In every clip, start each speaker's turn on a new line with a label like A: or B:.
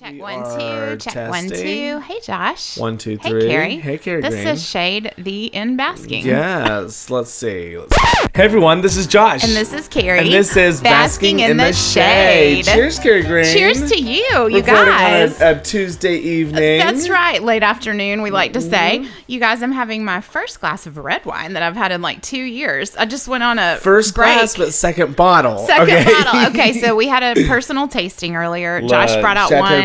A: Check
B: We
A: one
B: are
A: two. Check one
B: testing.
A: two. Hey Josh.
B: One, two,
A: Hey
B: three.
A: Carrie.
B: Hey, Carrie
A: This
B: Green.
A: is shade the in basking.
B: Yes. Let's see. Let's- Hey everyone, this is Josh.
A: And this is Carrie.
B: And this is basking, in, the, shade. Cheers, Carrie Green.
A: Cheers to you, you
B: Recording
A: guys.
B: on a, a Tuesday evening.
A: That's right. Late afternoon, we like to say.
B: Mm-hmm.
A: You guys, I'm having my first glass of red wine that I've had in like two years. I just went on a
B: First
A: break.
B: glass, but second bottle.
A: Second
B: okay.
A: bottle. Okay, so we had a personal tasting earlier. Josh
B: Love.
A: brought out
B: Chateau
A: one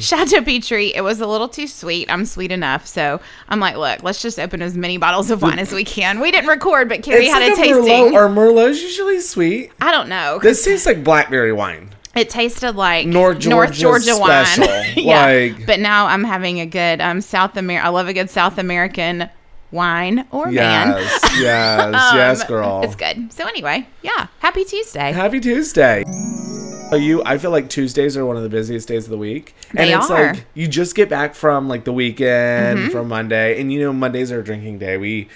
A: Chateau Petri. It was a little too sweet. I'm sweet enough, so I'm like, look, let's just open as many bottles of wine as we can. We didn't record, but Carrie
B: it's
A: had
B: like
A: a tasting.
B: Merlot. Are Merlots usually sweet?
A: I don't know.
B: This tastes like blackberry wine.
A: It tasted like
B: North Georgia special.
A: yeah,
B: Like-
A: but now I'm having a good um South America. I love a good South American wine or man.
B: Yes. Yes. yes,
A: Um,
B: girl.
A: It's good. So anyway, yeah. Happy Tuesday.
B: Happy Tuesday. Are you I feel like Tuesdays are one of the busiest days of the week. And
A: They
B: it's
A: are. Mm-hmm.
B: like you just get back from like the weekend from Monday and you know Mondays are drinking day. We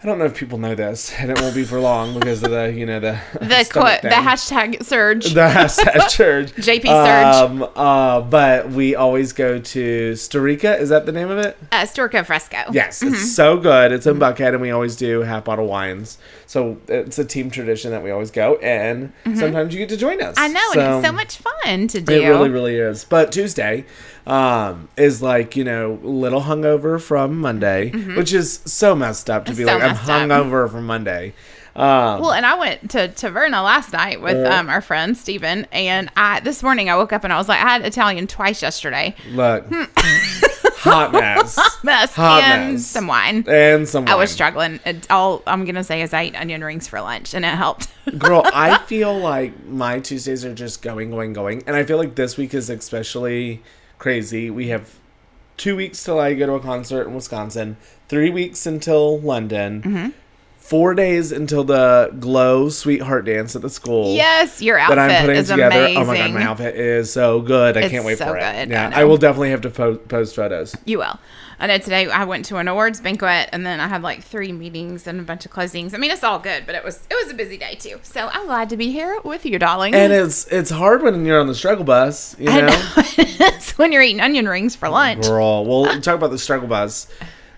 B: I don't know if people know this and it won't be for long because of the, you know, the
A: the
B: stomach
A: quote, the
B: thing.
A: hashtag surge.
B: the hashtag church.
A: JP Surge.
B: Um, uh, but we always go to Storica. Is that the name of it?
A: uh, Storco Fresco.
B: Yes,
A: Mm-hmm.
B: it's so good. It's in Buckhead, and we always do half bottle wines. So it's a team tradition that we always go, and sometimes you get to join us.
A: Mm-hmm. I know, and it's so much fun to do.
B: It really, really is. But Tuesday um, is like you know, little hungover from Monday, which is so messed up to be
A: Mm-hmm. So
B: like I'm
A: messed up.
B: hungover from Monday. Um,
A: well, and I went to Taverna last night with um, our friend Steven, and I this morning I woke up and I was like, I had Italian twice yesterday.
B: look, hot mess,
A: Hmm. Mess
B: Hot
A: and
B: mess.
A: some wine.
B: and some.
A: I was
B: wine.
A: struggling. It, all I'm gonna say is I ate onion rings for lunch, and it helped.
B: Girl, I feel like my Tuesdays are just going, going, going. And I feel like this week is especially crazy. We have two weeks till I go to a concert in Wisconsin, three weeks until London,
A: Mm-hmm.
B: four days until the Glow Sweetheart Dance at the school.
A: yes, your
B: That
A: outfit
B: I'm putting
A: is
B: together.
A: amazing.
B: Oh my god, my outfit is so good! I
A: It's
B: can't wait
A: so
B: for it.
A: good. I
B: Yeah,
A: know.
B: I, will definitely have to po- post photos.
A: You will. I know today I went to an awards banquet and then I had like three meetings and a bunch of closings. I mean, it's all good, but it was it was a busy day too. So I'm glad to be here with you, darling.
B: And it's it's hard when you're on the struggle bus, you
A: I
B: know.
A: know. It's when you're eating onion rings for lunch.
B: Girl, well, talk about the struggle bus.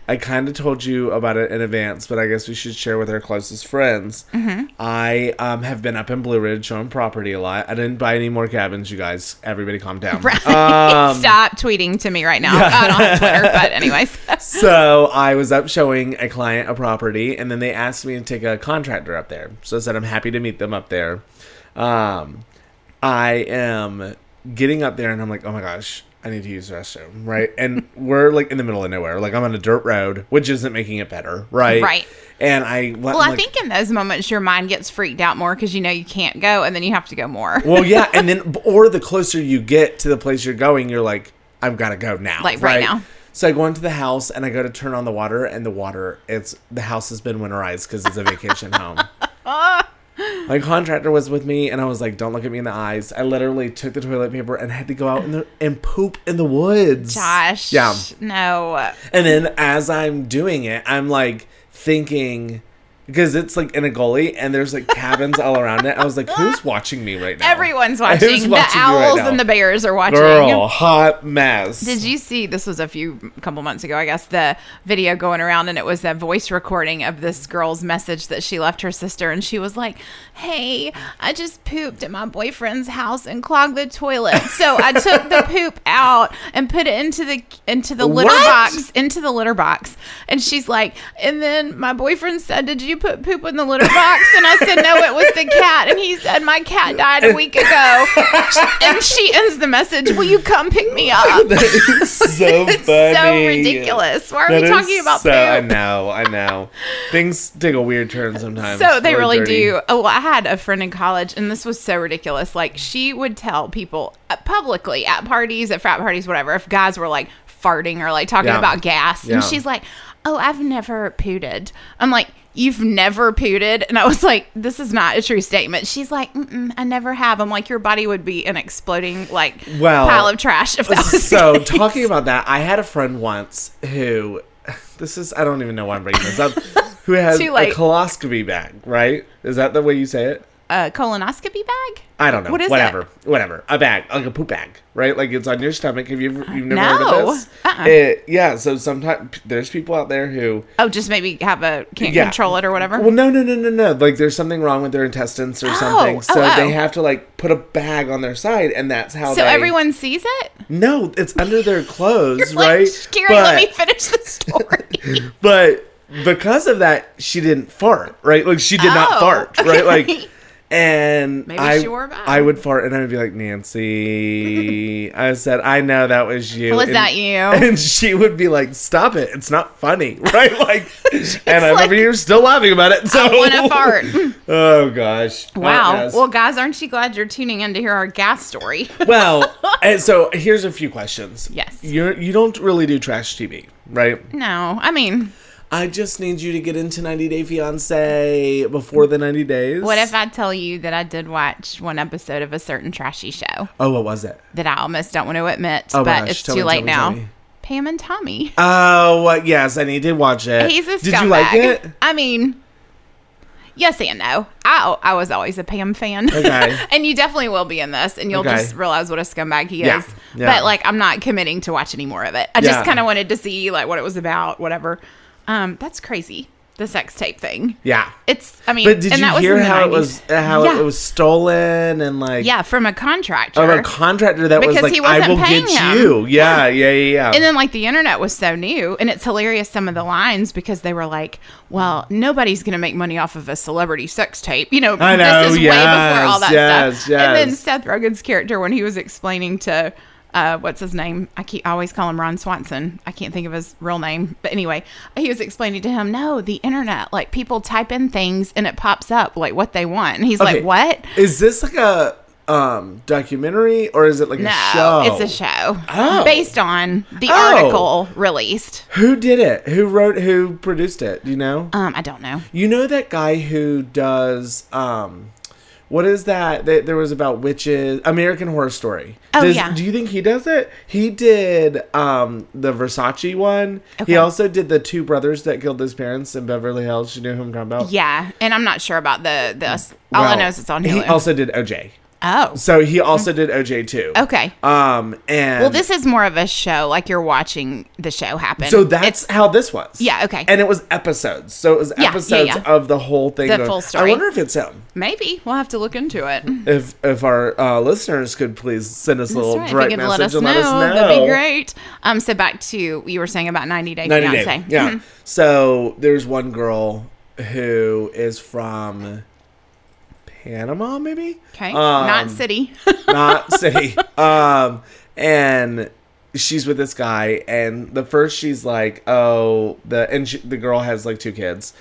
B: I kind of told you about it in advance, but I guess we should share with our closest friends. I um, have been up in Blue Ridge on property a lot. I didn't buy any more cabins, you guys. Everybody calm down. Um,
A: Stop tweeting to me right now. I don't have Twitter, but anyways.
B: so I was up showing a client a property, and then they asked me to take a contractor up there. So I said I'm happy to meet them up there. Um, I am getting up there, and I'm like, oh my gosh, I need to use the restroom, right? And we're like in the middle of nowhere, like I'm on a dirt road, which isn't making it better, right?
A: Right.
B: And I went,
A: Well,
B: I'm
A: I
B: like-
A: think in those moments your mind gets freaked out more because you know you can't go and then you have to go more.
B: Well, yeah, and then or the closer you get to the place you're going, you're like, I've got to go now.
A: Like, right now.
B: So I go into the house and I go to turn on the water, and the water it's the house has been winterized because it's a vacation home. My contractor was with me, and I was like, "Don't look at me in the eyes." I literally took the toilet paper and had to go out in the, and poop in the woods.
A: Josh.
B: Yeah.
A: No.
B: And then as I'm doing it, I'm like thinking. Because it's like in a gully and there's like cabins all around it. I was like, who's watching me right now?
A: Everyone's
B: Who's
A: watching. the
B: watching me right
A: owls
B: now?
A: and the bears are watching.
B: Girl, hot mess.
A: Did you see this was a few couple months ago, I guess, the video going around and it was a voice recording of this girl's message that she left her sister and she was like, Hey, I just pooped at my boyfriend's house and clogged the toilet. So I took the poop out and put it into the into the litter
B: What?
A: box. Into the litter box. And she's like, and then my boyfriend said, Did you put poop in the litter box? And I said, No, it was the cat. And he said, My cat died a week ago. And she ends the message, Will you come pick me up?
B: It's so
A: It's
B: funny.
A: so ridiculous. Why are
B: That
A: we
B: is
A: talking about
B: so, I
A: poop?
B: know, I know. Things take a weird turn sometimes.
A: So they
B: Really
A: really
B: dirty.
A: do. Oh, well, I had a friend in college, and this was so ridiculous. Like she would tell people uh, publicly at parties, at frat parties, whatever, if guys were like farting or like talking
B: Yeah.
A: about gas,
B: Yeah.
A: and she's like, "Oh, I've never pooted." I'm like. You've never pooted, and I was like, "This is not a true statement." She's like, Mm-mm, "I never have." I'm like, "Your body would be an exploding like
B: Well,
A: pile of trash if that was
B: so
A: the case.
B: talking about that, I had a friend once who, this is I don't even know why I'm bringing this up, who has a
A: Too late.
B: coloscopy bag. Right? Is that the way you say it?
A: a colonoscopy bag?
B: I don't know.
A: What is
B: Whatever.
A: it?
B: Whatever. A bag, like a poop bag, right? Like it's on your stomach. Have you ever, you've never heard
A: No.
B: of this?
A: Uh-uh.
B: It- yeah. So sometimes there's people out there who
A: Oh, just maybe have a can't
B: Yeah.
A: control it or whatever.
B: Well, no, no, no, no, no. Like there's something wrong with their intestines or something,
A: oh,
B: so
A: oh.
B: they have to like put a bag on their side, and that's how.
A: so
B: they,
A: everyone sees it.
B: No, it's under their clothes,
A: Like,
B: right?
A: Gary,
B: but,
A: let me finish the story.
B: but because of that, she didn't fart, right? Like she did
A: Oh,
B: not fart, right?
A: okay.
B: Like. And
A: Maybe
B: I,
A: she wore a bag.
B: I would fart, and I would be like, "Nancy," I said, "I know that was you."
A: Was
B: And-
A: that you?
B: And she would be like, "Stop it! It's not funny, right?" Like, and I'm
A: like,
B: over here still laughing about it. So
A: wanna fart.
B: oh gosh! Uh,
A: wow.
B: Yes.
A: Well, guys, aren't you glad you're tuning in to hear our gas story?
B: well, and so here's a few questions.
A: Yes.
B: You you don't really do trash TV, right?
A: no, I mean,
B: I just need you to get into 90 Day Fiance before the 90 days.
A: what if I tell you that I did watch one episode of a certain trashy show
B: Oh, what was it?
A: that I almost don't want to admit,
B: Oh,
A: but
B: gosh.
A: it's
B: Tell
A: too
B: me,
A: late
B: tell me, tell
A: now.
B: me.
A: Pam and Tommy.
B: Oh, uh, yes, I need to watch it.
A: He's a scumbag.
B: Did you like it?
A: I mean, yes and no. I I was always a Pam fan.
B: Okay.
A: and you definitely will be in this, and you'll
B: Okay.
A: just realize what a scumbag he
B: Yeah,
A: is.
B: yeah.
A: But like, I'm not committing to watch any more of it. I
B: Yeah.
A: just kind of wanted to see like what it was about, whatever. Um, that's crazy. The sex tape thing.
B: Yeah.
A: It's. I mean,
B: But did
A: and
B: you
A: that was
B: hear
A: in the
B: how
A: 90s.
B: it was uh, how
A: yeah.
B: it was stolen and like
A: Yeah, from a contractor.
B: of a contractor that
A: Because
B: was like
A: he
B: I
A: wasn't
B: will
A: paying
B: get
A: him.
B: you. Yeah, yeah, yeah, yeah.
A: And then like the internet was so new, and it's hilarious some of the lines because they were like, "Well, nobody's gonna make money off of a celebrity sex tape," you know.
B: I know,
A: This is way before all
B: yes,
A: that
B: yes,
A: stuff. And then
B: yes.
A: Seth Rogen's character when he was explaining to. Uh, what's his name? I keep I always call him Ron Swanson. I can't think of his real name, but anyway, he was explaining to him, no, the internet, like people type in things and it pops up like what they want, and he's
B: Okay.
A: like, what?
B: Is this like a um documentary or is it like
A: No,
B: a show?
A: it's a show
B: Oh.
A: based on the
B: Oh.
A: article released.
B: Who did it? Who wrote who produced it? Do you know?
A: Um, I don't know.
B: You know that guy who does um what is that? that there was about witches American Horror Story.
A: Oh,
B: Does-
A: yeah.
B: Do you think he does it? He did um the Versace one.
A: Okay.
B: He also did the two brothers that killed his parents in Beverly Hills. You know who I'm talking about?
A: Yeah, and I'm not sure about the this. All I
B: Well,
A: know is it's on
B: He
A: Hulu.
B: also did OJ.
A: oh,
B: So he also did OJ too.
A: okay.
B: Um and
A: Well, this is more of a show, like you're watching the show happen.
B: So that's how this was.
A: Yeah, okay.
B: And it was episodes. So it was
A: yeah,
B: episodes
A: yeah.
B: of the whole thing.
A: The
B: going-
A: full story.
B: I wonder if it's him.
A: maybe we'll have to look into it.
B: If if our uh, listeners could please send us a little
A: That's right. If you
B: direct
A: could let us,
B: message and
A: know,
B: let us know.
A: that'd be great. Um, so back to you were saying about 90 Day
B: 90
A: Fiance. Mm-hmm.
B: Day. Yeah. So there's one girl who is from Panama, maybe?
A: Okay,
B: Um,
A: not city.
B: not city. Um, and she's with this guy, and the first she's like, oh, the and she, the girl has like two kids,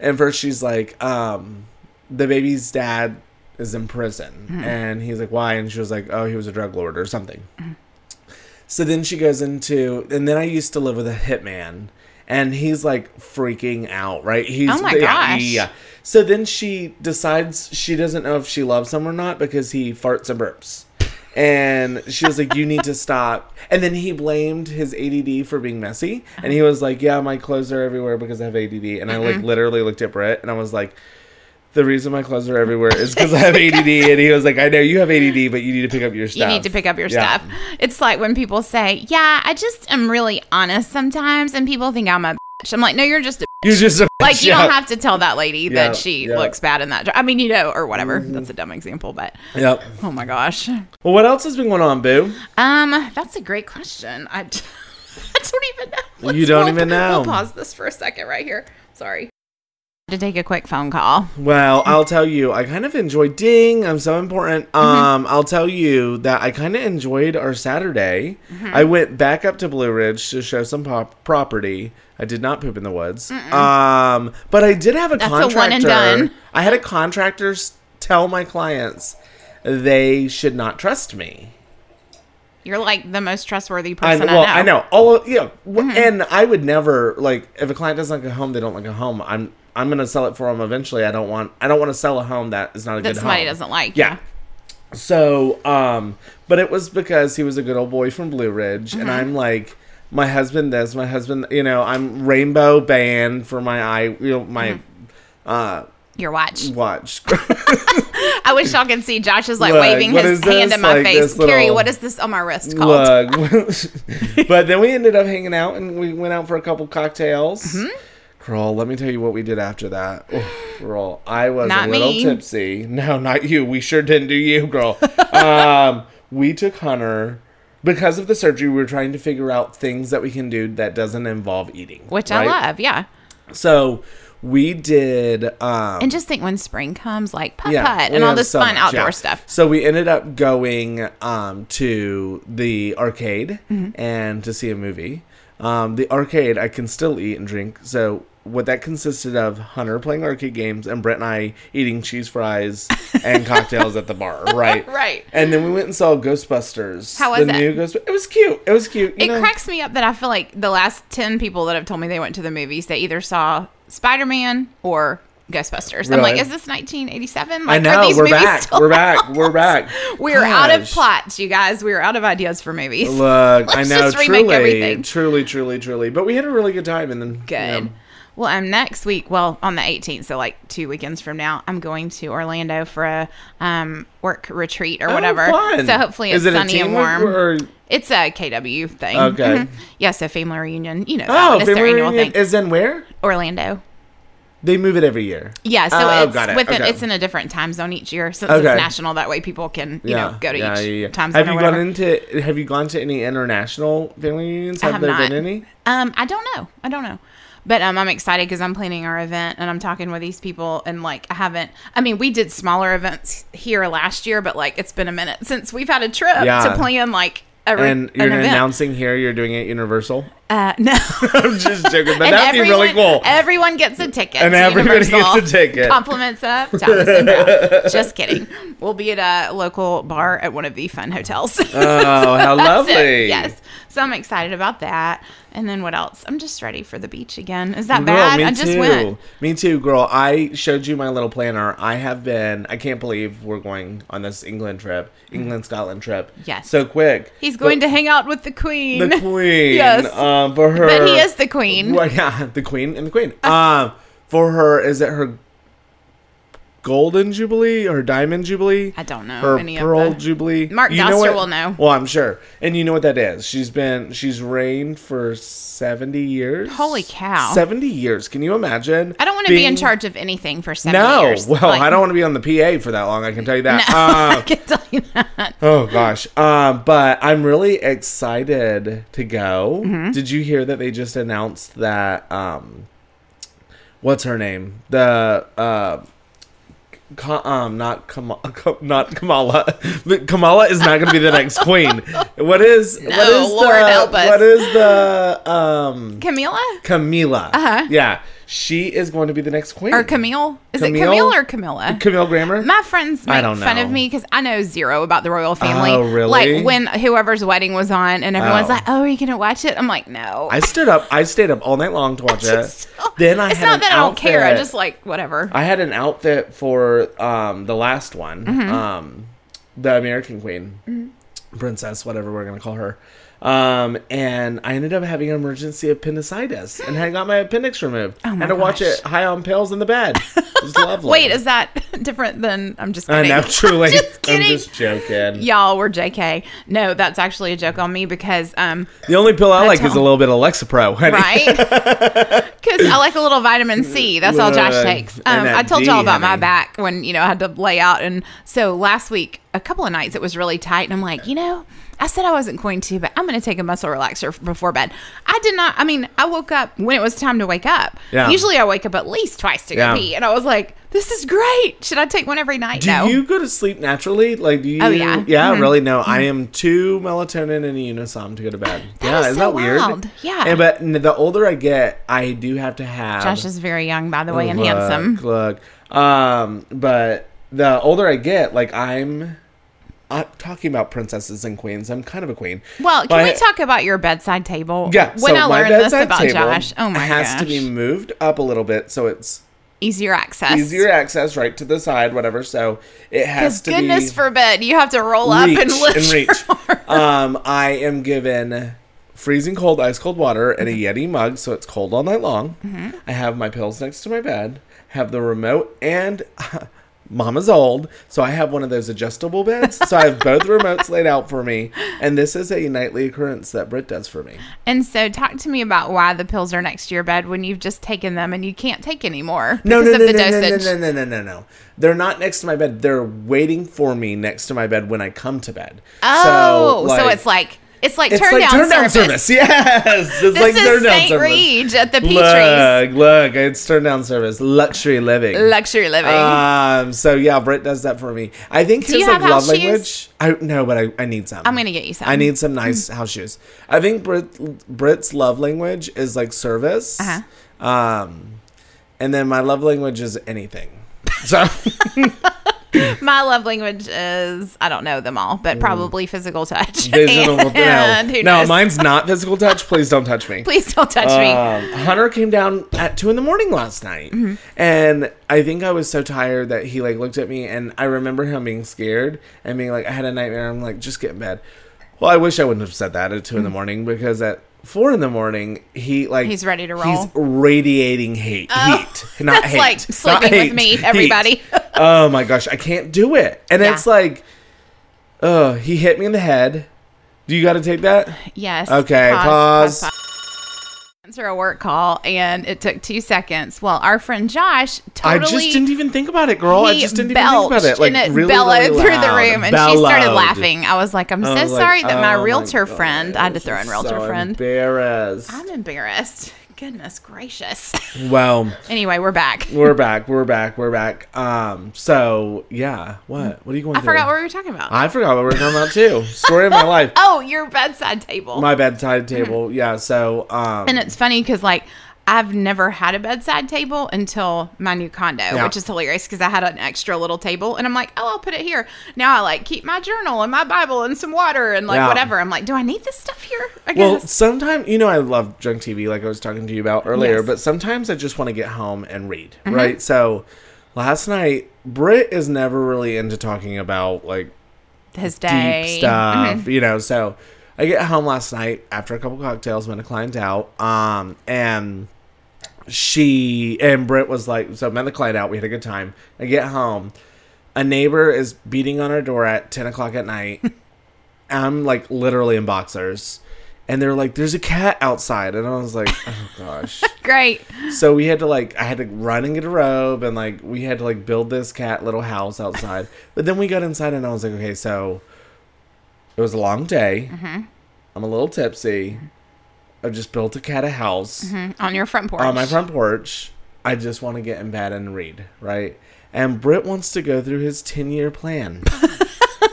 B: and first she's like, um, the baby's dad is in prison,
A: Hmm.
B: and he's like, why? And she was like, oh, he was a drug lord or something. So then she goes into, and then I used to live with a hitman, and he's like freaking out, right? He's
A: Oh my
B: yeah,
A: gosh.
B: yeah. So then she decides she doesn't know if she loves him or not because he farts and burps. And she was like, You need to stop. And then he blamed his ADD for being messy. And
A: Uh-huh.
B: he was like, Yeah, my clothes are everywhere because I have ADD. And I like literally looked at Brett and I was like, The reason my clothes are everywhere is because I have ADD. And he was like, I know you have ADD, but you need to pick up your stuff.
A: You need to pick up your
B: Yeah.
A: stuff. It's like when people say, "Yeah, I just am really honest sometimes," and people think I'm a bitch. I'm like, "No, you're just a
B: You're just a
A: Like you
B: Yeah.
A: don't have to tell that lady
B: Yeah,
A: that she
B: yeah. Mm-hmm.
A: looks bad in that. dr- I mean, you know, or whatever. That's a dumb example, but
B: Yep.
A: oh my gosh. Um,
B: Well, what else has been going on, Boo?
A: that's a great question. I, d- I don't even know.
B: You don't
A: we'll-
B: even know.
A: We'll pause this for a second right here. Sorry. To take a quick phone call.
B: Well, I'll tell you, I kind of enjoyed ding. I'm so important.
A: Mm-hmm.
B: Um, I'll tell you that I kind of enjoyed our Saturday.
A: Mm-hmm.
B: I went back up to Blue Ridge to show some pop- property. I did not poop in the woods. Um, but I did have a
A: That's a
B: contractor.
A: one and done.
B: I had a contractor s- tell my clients they should not trust me.
A: You're like the most trustworthy
B: I,
A: person I,
B: well,
A: know. Mm-hmm.
B: I know all of yeah, w and I would never like if a client doesn't like a home, they don't like a home. I'm I'm gonna sell it for them eventually. I don't want I don't want to sell a home that is not a
A: That
B: good
A: somebody
B: home.
A: doesn't like.
B: Yeah. So, um, but it was because he was a good old boy from Blue Ridge,
A: Mm-hmm.
B: and I'm like, my husband this,
A: Mm-hmm.
B: my husband, you know, I'm rainbow band for my eye, you know, my, uh,
A: your watch.
B: Watch.
A: I wish y'all can see Josh is like
B: Look,
A: waving
B: what
A: his
B: is this?
A: hand in my
B: Like,
A: face.
B: this
A: Carrie,
B: little-
A: what is this on my wrist called?
B: Look. but then we ended up hanging out and we went out for a couple cocktails.
A: Mm-hmm.
B: Girl, let me tell you what we did after that. Oof, girl, I was
A: Not
B: a little
A: me.
B: tipsy. No, not you. We sure didn't do you, girl. um, we took Hunter because of the surgery. We were trying to figure out things that we can do that doesn't involve eating,
A: Which
B: right?
A: I love, yeah.
B: So we did. Um,
A: And just think when spring comes, like putt
B: yeah,
A: putt
B: we
A: and all
B: have
A: this
B: so
A: fun
B: much,
A: outdoor
B: yeah.
A: stuff.
B: So we ended up going um, to the arcade
A: Mm-hmm.
B: and to see a movie. Um, the arcade, I can still eat and drink. So what that consisted of Hunter playing arcade games and Brett and I eating cheese fries and cocktails at the bar, right?
A: Right.
B: And then we went and saw Ghostbusters.
A: How was
B: the
A: it?
B: New Ghost- it was cute. It was cute. You
A: it
B: know?
A: cracks me up that I feel like the last 10 people that have told me they went to the movies, they either saw Spider Man or Ghostbusters. I'm like,
B: Really?
A: is this 1987?
B: I
A: Like,
B: know. We're
A: movies
B: back.
A: still
B: We're
A: out?
B: back. We're back.
A: We're out of
B: Gosh.
A: plots, you guys. We're out of ideas for movies.
B: Look, I
A: Let's
B: know.
A: just remake
B: truly,
A: everything.
B: truly, truly, truly. But we had a really good time, and then you
A: Good.
B: know,
A: Well, I'm next week. Well, on the 18th, so like two weekends from now, I'm going to Orlando for a um, work retreat or whatever.
B: Oh, fun.
A: So hopefully it's
B: Is it a
A: sunny and
B: team
A: warm.
B: or- or-
A: it's a KW thing.
B: Okay.
A: Mhm. Yeah, so family reunion. You know, that
B: oh,
A: one. it's their
B: family
A: annual
B: reunion
A: thing.
B: is in where?
A: Orlando.
B: They move it every year.
A: Yeah, so
B: Oh,
A: it's
B: got it.
A: with it,
B: Okay.
A: it's in a different time zone each year since
B: Okay.
A: it's national. That way, people can you know go to
B: yeah,
A: each
B: yeah, yeah.
A: time zone.
B: Have
A: or
B: you
A: whatever.
B: gone into? Have you gone to any international family reunions?
A: I
B: Have,
A: have
B: there
A: not.
B: been any?
A: Um, I don't know. I don't know. But um, I'm excited because I'm planning our event and I'm talking with these people and like I haven't. I mean, we did smaller events here last year, but like it's been a minute since we've had a trip
B: Yeah.
A: to plan like a re-
B: And you're
A: an event.
B: announcing here you're doing it Universal.
A: uh, no,
B: I'm just joking, but that'd be really cool.
A: Everyone gets a ticket.
B: And
A: to
B: everybody gets a
A: Universal.
B: ticket.
A: Compliments up. Thomas and Brown. Just kidding. We'll be at a local bar at one of the fun hotels.
B: oh, how
A: That's
B: lovely!
A: it. Yes. So I'm excited about that. And then what else? I'm just ready for the beach again. Is that bad? I just
B: too.
A: went.
B: Me too, girl. I showed you my little planner. I have been. I can't believe we're going on this England trip, England Scotland trip.
A: Yes.
B: So quick.
A: He's going
B: But-
A: to hang out with the queen.
B: the queen.
A: Yes.
B: Um, for her,
A: But he is the queen.
B: Well, yeah, the queen and the queen. Um, for her, is it her golden jubilee or diamond jubilee?
A: I don't know
B: Her
A: any of
B: pearl
A: the-
B: jubilee.
A: Mark
B: know
A: Doster
B: what-
A: will know.
B: Well, I'm sure, and you know what that is. She's been she's reigned for seventy years.
A: Holy cow.
B: Seventy years. Can you imagine?
A: I don't want to be in
B: being-
A: charge of anything for seven
B: No,
A: years.
B: well,
A: Like,
B: I don't want to be on the PA for that long. I can tell you that.
A: No,
B: Um,
A: I can tell you that.
B: Oh gosh. Um, but I'm really excited to go.
A: Mm-hmm.
B: Did you hear that they just announced that um what's her name? The uh Ka- um, not Kamala, not Kamala. But Kamala is not going to be the next queen. What is? what
A: No,
B: is
A: Lord
B: the,
A: help us.
B: What is the um
A: Camila
B: Camila?
A: Uh-huh.
B: Yeah, she is going to be the next queen.
A: or Camille? Is it
B: Camille?
A: Camille or Camilla?
B: Camille Grammer.
A: My friends
B: I
A: make
B: don't
A: fun of
B: know.
A: me because I know zero about the royal family.
B: Oh, really?
A: Like when whoever's wedding was on and everyone's
B: Oh.
A: like, "Oh, are you gonna watch it?" I'm like, "No."
B: I stood up. I stayed up all night long to watch it.
A: Just-
B: Then I
A: it's
B: had
A: not
B: an
A: that I don't care. I
B: outfit-
A: just like whatever.
B: I had an outfit for um, the last one,
A: Mm-hmm.
B: um, the American Queen, Princess, whatever we're gonna call her. Um, and I ended up having an emergency appendicitis and had got my appendix removed.
A: Oh my
B: had to watch
A: gosh.
B: it high on pills in the bed. It was lovely.
A: Wait, is that different than I'm just
B: I
A: kidding?
B: know, truly.
A: just
B: I'm
A: kidding.
B: just joking.
A: Y'all were JK. No, that's actually a joke on me because um
B: The only pill I like is
A: all.
B: a little bit of Lexapro. honey.
A: right? Cuz I like a little vitamin C. That's all Josh
B: Look,
A: takes.
B: and
A: Um
B: that
A: I told
B: D,
A: y'all about my
B: honey.
A: back when, you know, I had to lay out and so last week a couple of nights it was really tight and I'm like, "You know, I said I wasn't going to, but I'm going to take a muscle relaxer f- before bed." I did not. I mean, I woke up when it was time to wake up.
B: Yeah.
A: Usually I wake up at least twice to go
B: Yeah.
A: pee, and I was like, "This is great. Should I take one every night?"
B: Do
A: no.
B: you go to sleep naturally? Like, do you?
A: Oh, yeah. Mm-hmm.
B: really? No, I am two melatonin and a Unisom to go to bed. yeah,
A: is
B: isn't
A: so
B: that weird?
A: wild. Yeah.
B: And, but n- the older I get, I do have to have.
A: Josh is very young, by the way, and
B: Look,
A: handsome.
B: Look, um, but the older I get, like I'm. I'm talking about princesses and queens. I'm kind of a queen.
A: Well, can
B: But-
A: we talk about your bedside table?
B: Yeah.
A: When I
B: so my
A: learned this
B: bedside
A: about
B: table
A: Josh, oh my
B: has
A: gosh,
B: to be moved up a little bit so it's
A: easier access.
B: easier access, right to the side, whatever. So it
A: Because
B: has to
A: goodness
B: be.
A: forbid, you have to roll up
B: reach
A: and lift.
B: reach.
A: your arm.
B: Um, I am given freezing cold,
A: Mm-hmm.
B: ice cold water and a Yeti mug, so it's cold all night long. I have my pills next to my bed. have the remote, and Mama's old, so I have one of those adjustable beds. so I have both remotes laid out for me, and this is a nightly occurrence that Britt does for me.
A: And so, talk to me about why the pills are next to your bed when you've just taken them and you can't take any more
B: No,
A: because
B: no,
A: of the
B: no, no, no, no,
A: dosage.
B: no, no, no, no, no. They're not next to my bed. They're waiting for me next to my bed when I come to bed.
A: Oh, so, it's like it's like
B: it's
A: turn,
B: like
A: down,
B: turn down
A: service.
B: service. Yes, it's
A: This
B: like turn
A: is
B: down
A: St.
B: service.
A: Reed at the Petrie's
B: Look, look, it's turn down service, luxury living.
A: luxury living.
B: Um. So yeah, Britt does that for me. I think his
A: you
B: like
A: have house
B: love
A: shoes?
B: language. I no, but I, I need some.
A: I'm gonna get you some. Hmm.
B: I need some nice house shoes. I think Brit Brit's love language is like service.
A: Uh-huh.
B: Um, and then my love language is anything. So
A: My love language is I don't know them all, but probably physical touch.
B: Mm. visual.
A: And
B: no,
A: who
B: no,
A: knows?
B: mine's not physical touch. Please don't touch me.
A: Please don't touch me.
B: Um, Hunter came down at two in the morning last night,
A: Mm-hmm.
B: and I think I was so tired that he like looked at me, and I remember him being scared and being like, "I had a nightmare." I'm like, "Just get in bed." Well, I wish I wouldn't have said that at 2 in the morning because at four in the morning he like
A: Mm-hmm. He's ready to
B: He's
A: roll. Oh.
B: radiating hate, heat, not
A: That's
B: hate,
A: like
B: not
A: sleeping with
B: hate,
A: me,
B: heat.
A: everybody.
B: oh my gosh, I can't do it, and
A: Yeah.
B: it's like, oh, he hit me in the head. Do you got to take that?
A: Yes.
B: Okay, pause.
A: Answer a work call, and it took two seconds. Well, our friend Josh
B: I
A: totally.
B: just didn't even think about it, girl. I
A: he
B: just didn't even think about it.
A: belched,
B: Like
A: and it
B: really,
A: bellowed
B: really
A: through the
B: loud.
A: room, and she started
B: Bellowed.
A: laughing. I was like, "I'm so
B: I was like,
A: sorry that my
B: oh
A: realtor
B: God,
A: friend." I had to throw in
B: she's
A: realtor
B: so
A: friend.
B: Embarrassed.
A: I'm embarrassed. Goodness gracious.
B: Well,
A: anyway, we're back.
B: we're back. We're back. We're back. Um. So yeah. What? What are you going?
A: I
B: through?
A: forgot what we were talking about.
B: I forgot what we were talking about too. Story of my life.
A: oh, your bedside table.
B: My bedside table. Yeah. So um.
A: And it's funny because like I've never had a bedside table until my new condo, which is hilarious because I had an extra little table and I'm like, oh, I'll put it here. Now I like keep my journal and my Bible and some water and like
B: Yeah.
A: whatever. I'm like, do I need this stuff here? I
B: well,
A: guess.
B: sometimes you know I love junk TV, like I was talking to you about earlier.
A: Yes. Mm-hmm.
B: But sometimes I just want to get home and read, right? So, last night Britt is never really into talking about like
A: His
B: deep
A: day.
B: stuff, you know. So I get home last night after a couple cocktails when a client out, um, and she and Britt was like, so I met the client out. We had a good time. I get home, a neighbor is beating on our door at ten o'clock at night. I'm like literally in boxers. And they're like, "There's a cat outside," and I was like, "Oh gosh!"
A: Great.
B: so we had to like, I had to run and get a robe, and like, we had to like build this cat little house outside. But then we got inside, and I was like, "Okay, so it was a long day. I'm a little tipsy. I've just built a cat a house
A: Mm, On your front porch.
B: on my front porch. I just want to get in bed and read, right? And Britt wants to go through his 10 year plan.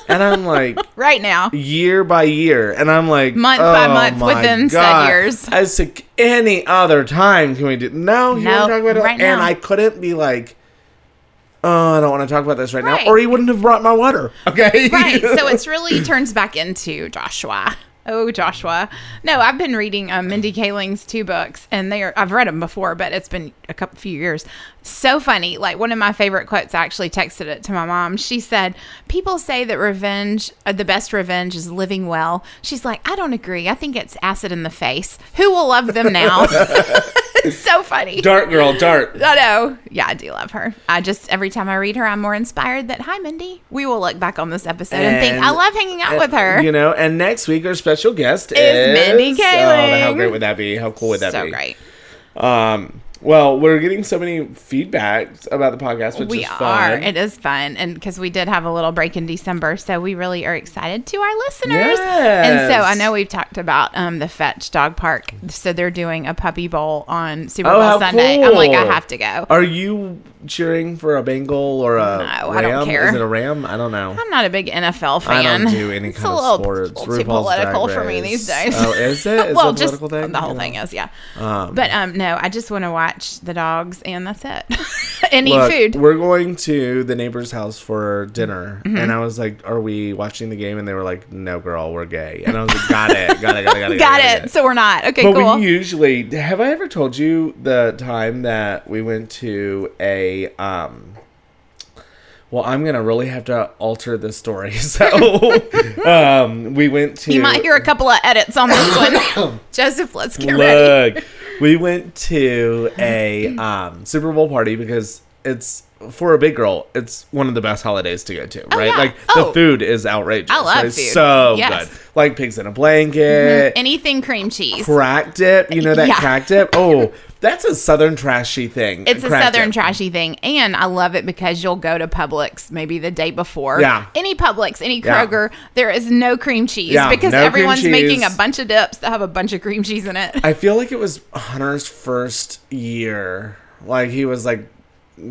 B: and I'm like,
A: Right now.
B: year by year. And I'm like,
A: Month by
B: "Oh
A: month
B: my
A: within said
B: God."
A: years.
B: As to any other time, can we do? No, you
A: No,
B: want to talk about it?
A: right
B: and
A: now.
B: I couldn't be like, oh, I don't want to talk about this right,
A: Right.
B: now. Or he wouldn't have brought my water. Okay.
A: right. So it's really turns back into Joshua. Oh, Joshua. No, I've been reading um, Mindy Kaling's two books, and they are, I've read them before, but it's been a couple few years. So funny. Like one of my favorite quotes, I actually texted it to my mom. She said, People say that revenge, uh, the best revenge is living well. She's like, I don't agree. I think it's acid in the face. Who will love them now? it's so funny.
B: Dart girl, dart.
A: I know. Oh, Yeah, I do love her. I just every time I read her, I'm more inspired that hi, Mindy. We will look back on this episode and, think
B: And-
A: I love hanging out
B: And,
A: with her.
B: You know, and next week our special guest is,
A: Mindy
B: Oh, how
A: Kaling.
B: great would that be? How cool would that
A: so
B: be?
A: great.
B: Um, well, we're getting so many feedbacks about the podcast, which
A: we
B: is
A: are.
B: fun.
A: It is fun, and because we did have a little break in December, so we really are excited to our listeners. And so I
B: Yes.
A: know we've talked about um, the Fetch Dog Park, so they're doing a puppy bowl on Super
B: Oh, how
A: Bowl Sunday. I'm like, I
B: cool.
A: have to go.
B: are you cheering for a Bengal or a
A: No,
B: ram?
A: I don't care.
B: Is it a ram? I don't know.
A: I'm not a big NFL fan.
B: I don't do any
A: It's
B: kind
A: a
B: of
A: little,
B: sports.
A: a little too
B: RuPaul's Drag
A: political for me
B: Race.
A: these days.
B: Oh, is it? Is
A: well,
B: it a
A: just
B: political thing?
A: the whole
B: Yeah.
A: thing is, yeah.
B: Um,
A: But um, no, I just want to watch the dogs, and that's it. and
B: Look,
A: eat food.
B: we're going to the neighbor's house for dinner,
A: Mm-hmm.
B: and I was like, "Are we watching the game?" And they were like, "No, girl, we're gay." And I was like, "Got it, got it, got it, got it,
A: Got it. So we're not okay.
B: But
A: cool.
B: we usually have I ever told you the time that we went to a um well, I'm gonna really have to alter the story. So, um, we went to
A: you might hear a couple of edits on this one. Joseph, let's get ready.
B: look. We went to a um, Super Bowl party because it's for a big girl, it's one of the best holidays to go to, right?
A: yeah.
B: Like
A: Oh.
B: the food is outrageous.
A: I love
B: It's
A: food.
B: so
A: Yes. Mm-hmm.
B: good. Like pigs in a blanket,
A: Anything cream cheese.
B: crack dip. You know that
A: Yeah.
B: crack dip? Oh, that's a southern trashy thing.
A: It's a
B: crack
A: southern
B: dip.
A: trashy thing, and I love it because you'll go to Publix maybe the day before.
B: Yeah.
A: Any Publix, any
B: Yeah.
A: Kroger, there is no cream cheese
B: Yeah,
A: because
B: no cream
A: everyone's
B: cheese.
A: making a bunch of dips that have a bunch of cream cheese in it.
B: I feel like it was Hunter's first year. Like he was like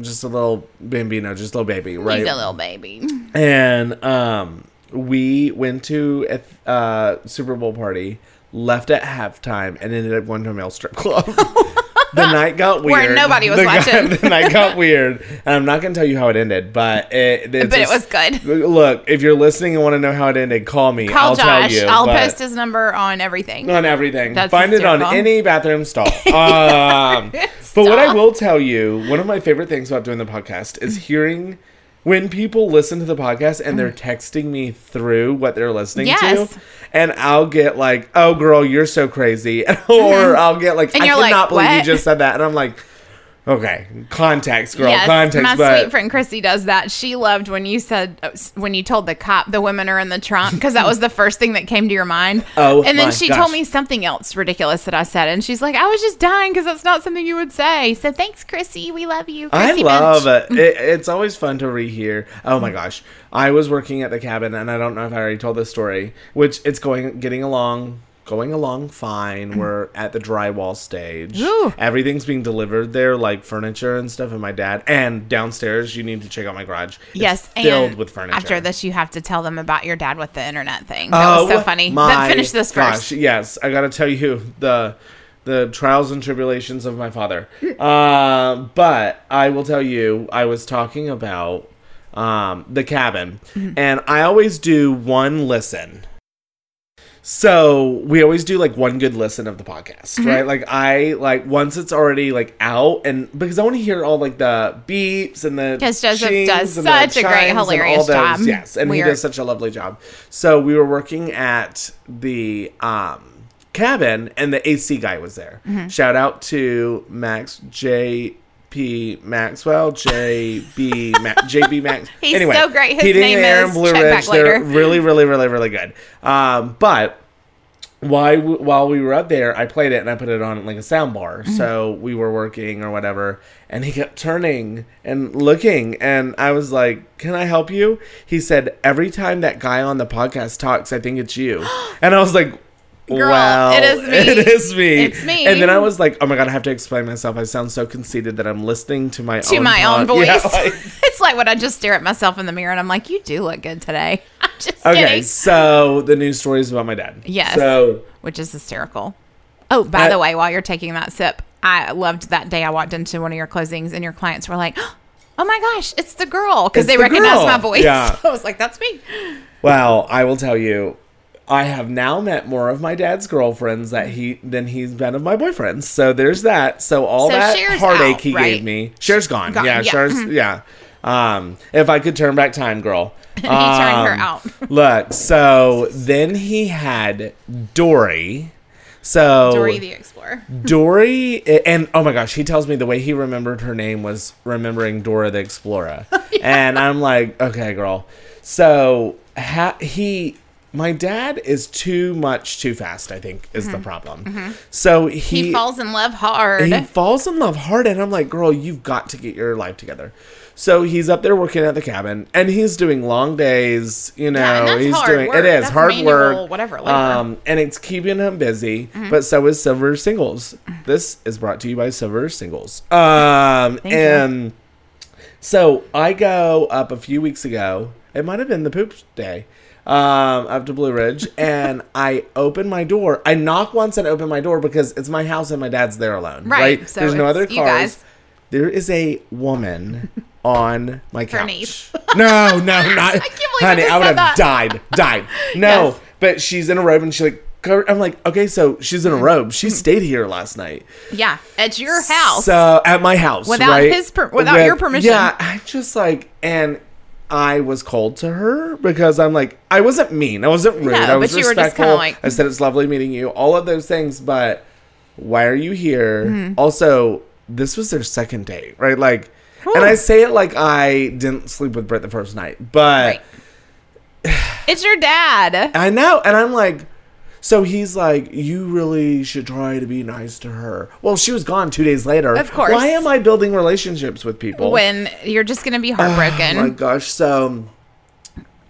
B: just a little bambino, just a little baby, right?
A: He's a little baby.
B: and um, we went to a th- uh, Super Bowl party, left at halftime, and ended up going to a male strip club. the night got
A: Where
B: weird.
A: nobody was
B: The guy-
A: watching.
B: the night got weird, and I'm not going to tell you how it ended, but it, it's
A: But it
B: just-
A: was good.
B: Look, if you're listening and want to know how it ended, call me.
A: Call
B: I'll
A: Josh.
B: tell you.
A: I'll
B: but-
A: post his number on everything.
B: on everything.
A: That's
B: Find it on
A: hysterical.
B: any bathroom stall. Um, But what I will tell you, one of my favorite things about doing the podcast is hearing when people listen to the podcast and they're texting me through what they're listening
A: Mm. Yes.
B: to, and I'll get like, "Oh, girl, you're so crazy," or I'll get like,
A: Mm-hmm. And
B: "I
A: you're like,
B: cannot believe you
A: "What?"
B: just said that," and I'm like, "Okay, context, girl,
A: Yes,
B: context."
A: my
B: but
A: sweet friend Chrissy does that. She loved when you said uh, when you told the cop the women are in the trunk because that was the first thing that came to your mind.
B: Oh,
A: and then
B: my
A: she
B: gosh.
A: told me something else ridiculous that I said, and she's like, "I was just dying because that's not something you would say." So thanks, Chrissy. We love you.
B: I
A: Chrissy
B: love
A: Bench.
B: it. it. It's always fun to rehear. Oh my gosh, I was working at the cabin, and I don't know if I already told this story. Which it's going, getting along, going along fine. We're at the drywall stage.
A: Mm. Ooh.
B: Everything's being delivered there, like furniture and stuff. And my dad and downstairs, you need to check out my garage. It's
A: Yes,
B: filled
A: and
B: with furniture.
A: After this, you have to tell them about your dad with the internet thing. That was so
B: Oh,
A: funny.
B: my
A: But finish this first.
B: Gosh, yes, I gotta tell you the the trials and tribulations of my father. uh, but I will tell you, I was talking about um, the cabin,
A: Mm-hmm.
B: and I always do one listen. So we always do like one good listen of the podcast,
A: Mm-hmm.
B: right? Like I like once it's already like out, and because I want to hear all like the beeps and the
A: Because Joseph
B: chings
A: does
B: and the
A: such a great,
B: chimes and all
A: hilarious job.
B: Yes, and
A: We
B: he
A: are-
B: does such a lovely job. So we were working at the um, cabin, and the AC guy was there.
A: Mm-hmm.
B: Shout out to Max J. P. Maxwell, JB, Ma- JB Max.
A: He's so great. His
B: Heating
A: name
B: and Air and
A: is-
B: Blue
A: check
B: Ridge,
A: back
B: they're
A: later.
B: really, really, really, really good. Um, but why w- while we were up there, I played it and I put it on like a sound bar.
A: Mm-hmm.
B: So we were working or whatever, and he kept turning and looking, and I was like, "Can I help you?" He said, "Every time that guy on the podcast talks, I think it's you," and I was like.
A: Girl,
B: wow,
A: it is me.
B: It is me.
A: It's me.
B: And then I was like, "Oh my god, I have to explain myself. I sound so conceited that I'm listening to Oh, my
A: to
B: own
A: my own
B: pod-
A: voice.
B: Yeah, like-
A: it's like when I just stare at myself in the mirror and I'm like, "You do look good today." I'm just
B: okay,
A: kidding,
B: so the news story is about my dad.
A: Yes.
B: So
A: which is hysterical. Oh, by
B: I-
A: the way, while you're taking that sip, I loved that day I walked into one of your closings and your clients were like. Oh my gosh, it's the girl because
B: It's
A: they
B: the
A: recognize
B: girl.
A: my voice.
B: Yeah.
A: I was like, "That's me."
B: Oh. Well, I will tell you, I have now met more of my dad's girlfriends that he than he's been of my boyfriends. So there's that. So all
A: So
B: that
A: Cher's
B: heartache
A: out,
B: he
A: right?
B: gave me, Cher's gone.
A: Gone,
B: Yeah,
A: yeah. Mm-hmm.
B: Cher's yeah. Um, if I could turn back time, girl. he
A: turned her out.
B: look, so then he had Dory. So
A: Dory the Explorer.
B: Dory and oh my gosh, he tells me the way he remembered her name was remembering Dora the Explorer, and I'm like, okay, girl. So ha- he, my dad is too much too fast. I think is the problem. So he,
A: Mm-hmm. He, falls in love hard.
B: he falls in love hard, and I'm like, girl, you've got to get your life together. So he's up there working at the cabin, and he's doing long days. You know,
A: and that's
B: he's
A: hard
B: doing
A: work.
B: it is
A: That's
B: hard
A: manual,
B: work,
A: whatever, labor. Mm-hmm.
B: Um, and it's keeping him busy. But so is Silver Singles. This is brought to you by Silver Singles. Um,
A: you.
B: and so I go up a few weeks ago. It might have been the poop day. Um, up to Blue Ridge, and I open my door. I knock once and open my door because it's my house and my dad's there alone.
A: Right,
B: Right.
A: so
B: There's no
A: it's
B: other
A: you
B: cars.
A: guys.
B: There is a woman on my couch.
A: niece.
B: No, no, not. I
A: can't believe I
B: honey,
A: just
B: I would
A: said
B: have
A: that.
B: died, died. No,
A: Yes.
B: but she's in a robe and she like. cover- I'm like, okay, so she's in a robe.
A: Mm-hmm.
B: She stayed here last night.
A: yeah, at your house.
B: So at my house,
A: Without
B: right?
A: his per- without your permission.
B: Yeah, I just like and I was cold to her because I'm like I wasn't mean, I wasn't rude, I
A: but
B: was
A: you were just kinda
B: respectful.
A: like-
B: I said it's lovely meeting you, all of those things,
A: Mm-hmm.
B: but why are you here? Also, this was their second date, right? Like And I say it like I didn't sleep with Britt the first night, but
A: Right. It's your dad.
B: I know. And I'm like, so he's like, you really should try to be nice to her. Well, she was gone two days later.
A: Of course.
B: Why am I building relationships with people?
A: When you're just gonna be
B: Oh my
A: heartbroken.
B: gosh. So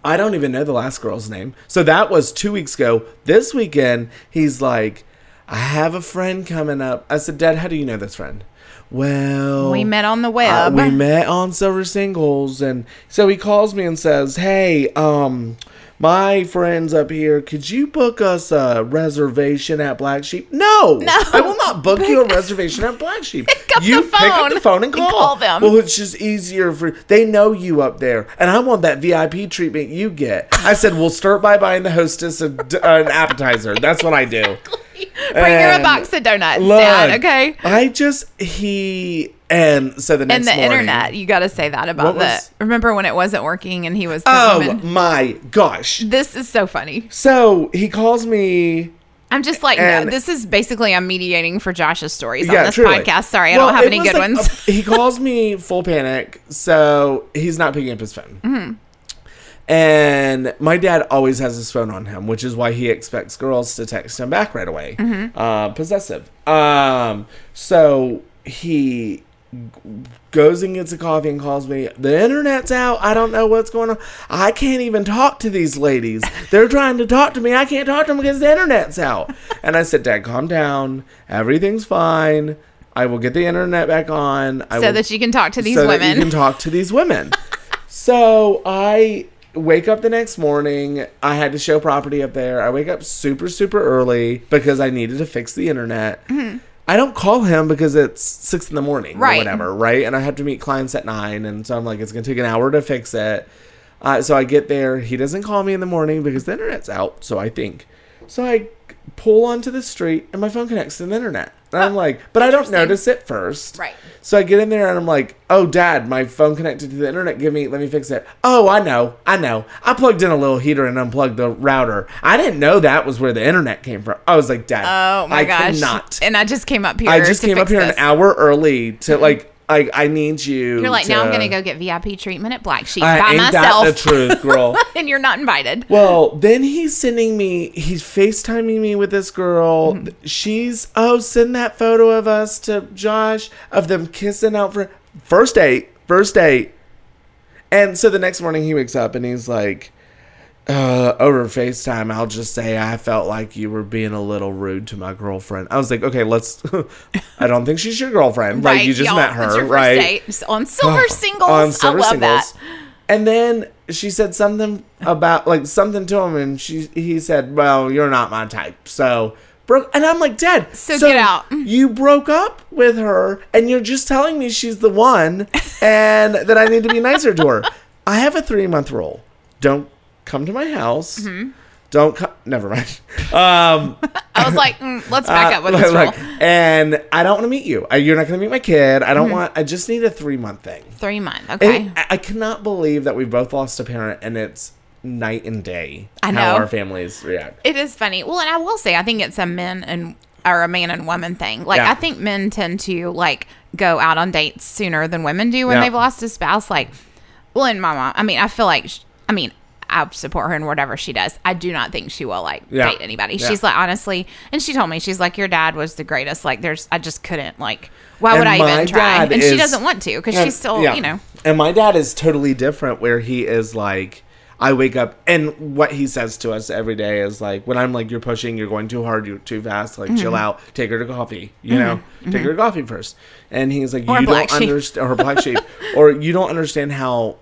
B: I don't even know the last girl's name. So that was two weeks ago. This weekend, he's like, I have a friend coming up. I said, Dad, how do you know this friend? Well,
A: we met on the
B: uh,
A: web.
B: we met on Silver Singles, and so he calls me and says, "Hey, um, my friends up here, could you book us a reservation at Black Sheep?" No,
A: No.
B: I will not book you a reservation at Black Sheep.
A: Pick up the
B: you pick up
A: phone
B: the phone and
A: and
B: call.
A: call them.
B: Well, it's just easier for they know you up there, and I want that VIP treatment you get. I said, "We'll start by buying the hostess a, uh, an appetizer." That's what I do.
A: Bring her a
B: And
A: box of donuts,
B: Look,
A: Dad. Okay.
B: I just he and so the
A: And
B: next
A: the
B: morning-
A: internet, you got to say that
B: What
A: about
B: was-
A: that. Remember when it wasn't working and he was the
B: Oh
A: woman?
B: my gosh.
A: This is so funny.
B: So he calls me.
A: I'm just like,
B: And-
A: no, this is basically I'm mediating for Josh's stories on
B: yeah,
A: this
B: truly.
A: podcast. Sorry,
B: Well,
A: I don't have
B: it
A: any
B: was
A: good
B: like
A: ones.
B: a- he calls me full panic, so he's not picking up his phone.
A: Mm-hmm.
B: And my dad always has his phone on him, which is why he expects girls to text him back right away.
A: Mm-hmm.
B: Uh, possessive. Um, so he goes and gets a coffee and calls me. The internet's out. I don't know what's going on. I can't even talk to these ladies. They're trying to talk to me. I can't talk to them because the internet's out. And I said, Dad, calm down. Everything's fine. I will get the internet back on. I
A: so
B: will
A: that you can talk to these
B: so that
A: women.
B: you can talk to these women. so I wake up the next morning. I had to show property up there. I wake up super super early because I needed to fix the internet. I don't call him because it's six in the morning or
A: Mm-hmm. Right.
B: whatever, right? And I have to meet clients at nine, and so I'm like, it's gonna take an hour to fix it. Uh, so I get there. He doesn't call me in the morning because the internet's out. So I think. So I pull onto the street, and my phone connects to the internet. And I'm like, but I don't
A: interesting.
B: notice it first.
A: Right.
B: So I get in there and I'm like, "Oh, Dad, my phone connected to the internet. Give me, let me fix it." Oh, I know, I know. I plugged in a little heater and unplugged the router. I didn't know that was where the internet came from. I was like, "Dad,
A: oh my
B: I
A: gosh.
B: cannot."
A: And I just came up here.
B: I just
A: to
B: came up
A: fix
B: here
A: this. Mm-hmm.
B: an hour early to like, I I need you.
A: You're like, now I'm
B: to-
A: gonna go get VIP treatment at Black Sheep
B: I
A: by
B: ain't
A: myself,
B: that the truth, girl.
A: and you're not invited.
B: Well, then he's sending me, he's FaceTiming me with this girl.
A: Mm-hmm.
B: She's, oh, send that photo of us to Josh of them kissing out for first date, first date. And so the next morning he wakes up and he's like, uh, over FaceTime, I'll just say I felt like you were being a little rude to my girlfriend. I was like, okay, let's. I don't think she's your girlfriend. Like you just
A: y'all,
B: met her,
A: it's your first
B: right?
A: date. S- on silver singles. I love that.
B: And then she said something about like something to him, and she he said, "Well, you're not my type." So broke, and I'm like, "Dad,
A: So get out."
B: You broke up with her, and you're just telling me she's the one, and that I need to be nicer to her. I have a three month rule: don't come to my house.
A: Mm-hmm.
B: Don't come. Never mind. Um,
A: I was like, mm, let's back
B: uh,
A: up with
B: like-
A: this
B: like,
A: rule. Mm-hmm.
B: and I don't want to meet you. I- You're not going to meet my kid. I don't want. I just need a three month thing.
A: Three month. Okay.
B: And I I cannot believe that we both lost a parent, and it's night and day
A: I
B: how
A: know.
B: our families react.
A: It is funny. Well, and I will say, I think it's a men and or a man and woman thing. Like
B: Yeah.
A: I think men tend to like go out on dates sooner than women do when
B: Yeah.
A: they've lost a spouse. Like, well, and my mom. I mean, I feel like. sh I mean. I support her in whatever she does. I do not think she will like
B: Yeah.
A: date anybody.
B: Yeah.
A: She's like honestly, and she told me she's like your dad was the greatest. Like there's, I just couldn't like. Why would
B: And
A: I
B: my
A: even try?
B: dad
A: And
B: is-
A: she doesn't want to because she's still,
B: Yeah.
A: you know,
B: And my dad is totally different, where he is like, I wake up, and what he says to us every day is like, when I'm like, you're pushing, you're going too hard, you're too fast, like, chill
A: Mm-hmm.
B: out, take her to coffee, you know, take her to coffee first. And he's like,
A: Or
B: you
A: black
B: don't
A: sheep.
B: understand, or black sheep, or you don't understand how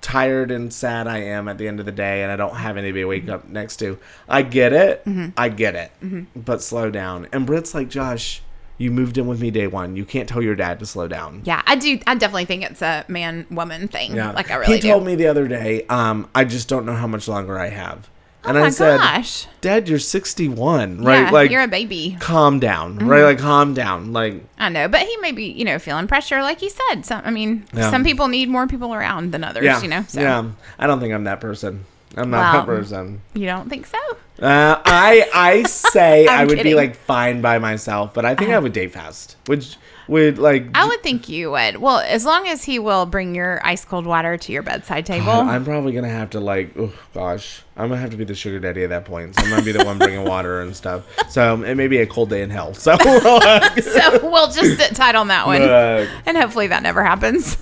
B: tired and sad I am at the end of the day, and I don't have anybody to
A: Mm-hmm.
B: wake up next to. I get it, I get it,
A: Mm-hmm.
B: but slow down. And Britt's like, Josh, you moved in with me day one. You can't tell your dad to slow down.
A: yeah. I do. I definitely think it's a man woman thing. Like I really
B: He told
A: do.
B: me the other day, um, I just don't know how much longer I have. And
A: oh my
B: I said,
A: gosh.
B: Dad, you're 61, right?
A: Yeah,
B: like,
A: you're a Mm-hmm. baby.
B: calm down, right? Like, calm down. Like,
A: I know, but he may be, you know, feeling pressure, like he said. Some, I mean,
B: Yeah.
A: some people need more people around than others, you know. So.
B: yeah. I don't think I'm that person. I'm not
A: Wow.
B: that person.
A: You don't think so?
B: Uh, I I say
A: I'm
B: I would be
A: kidding. Uh-huh.
B: like fine by myself, but I think I would date fast. Which would like
A: I would think you would. Well, as long as he will bring your ice cold water to your bedside table.
B: I'm probably gonna have to like, oh gosh, I'm gonna have to be the sugar daddy at that point. So I'm gonna be the one bringing water and stuff. So it may be a cold day in hell. So
A: so we'll just sit tight on that one.
B: Look.
A: and hopefully that never happens.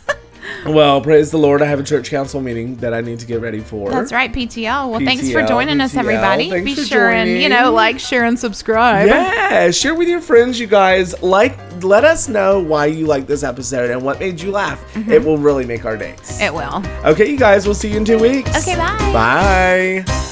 B: well, praise the Lord, I have a church council meeting that I need to get ready for.
A: That's right, PTL. Well, thanks for
B: PTL,
A: joining us,
B: PTL.
A: everybody.
B: Thanks
A: Be
B: for
A: sure and, you know,
B: joining.
A: like, share, and subscribe.
B: Yeah, share with your friends, you guys. Like, let us know why you like this episode and what made you laugh. It will really make our days.
A: Mm-hmm. It will.
B: okay, you guys, we'll see you in two weeks.
A: Okay, bye.
B: Bye.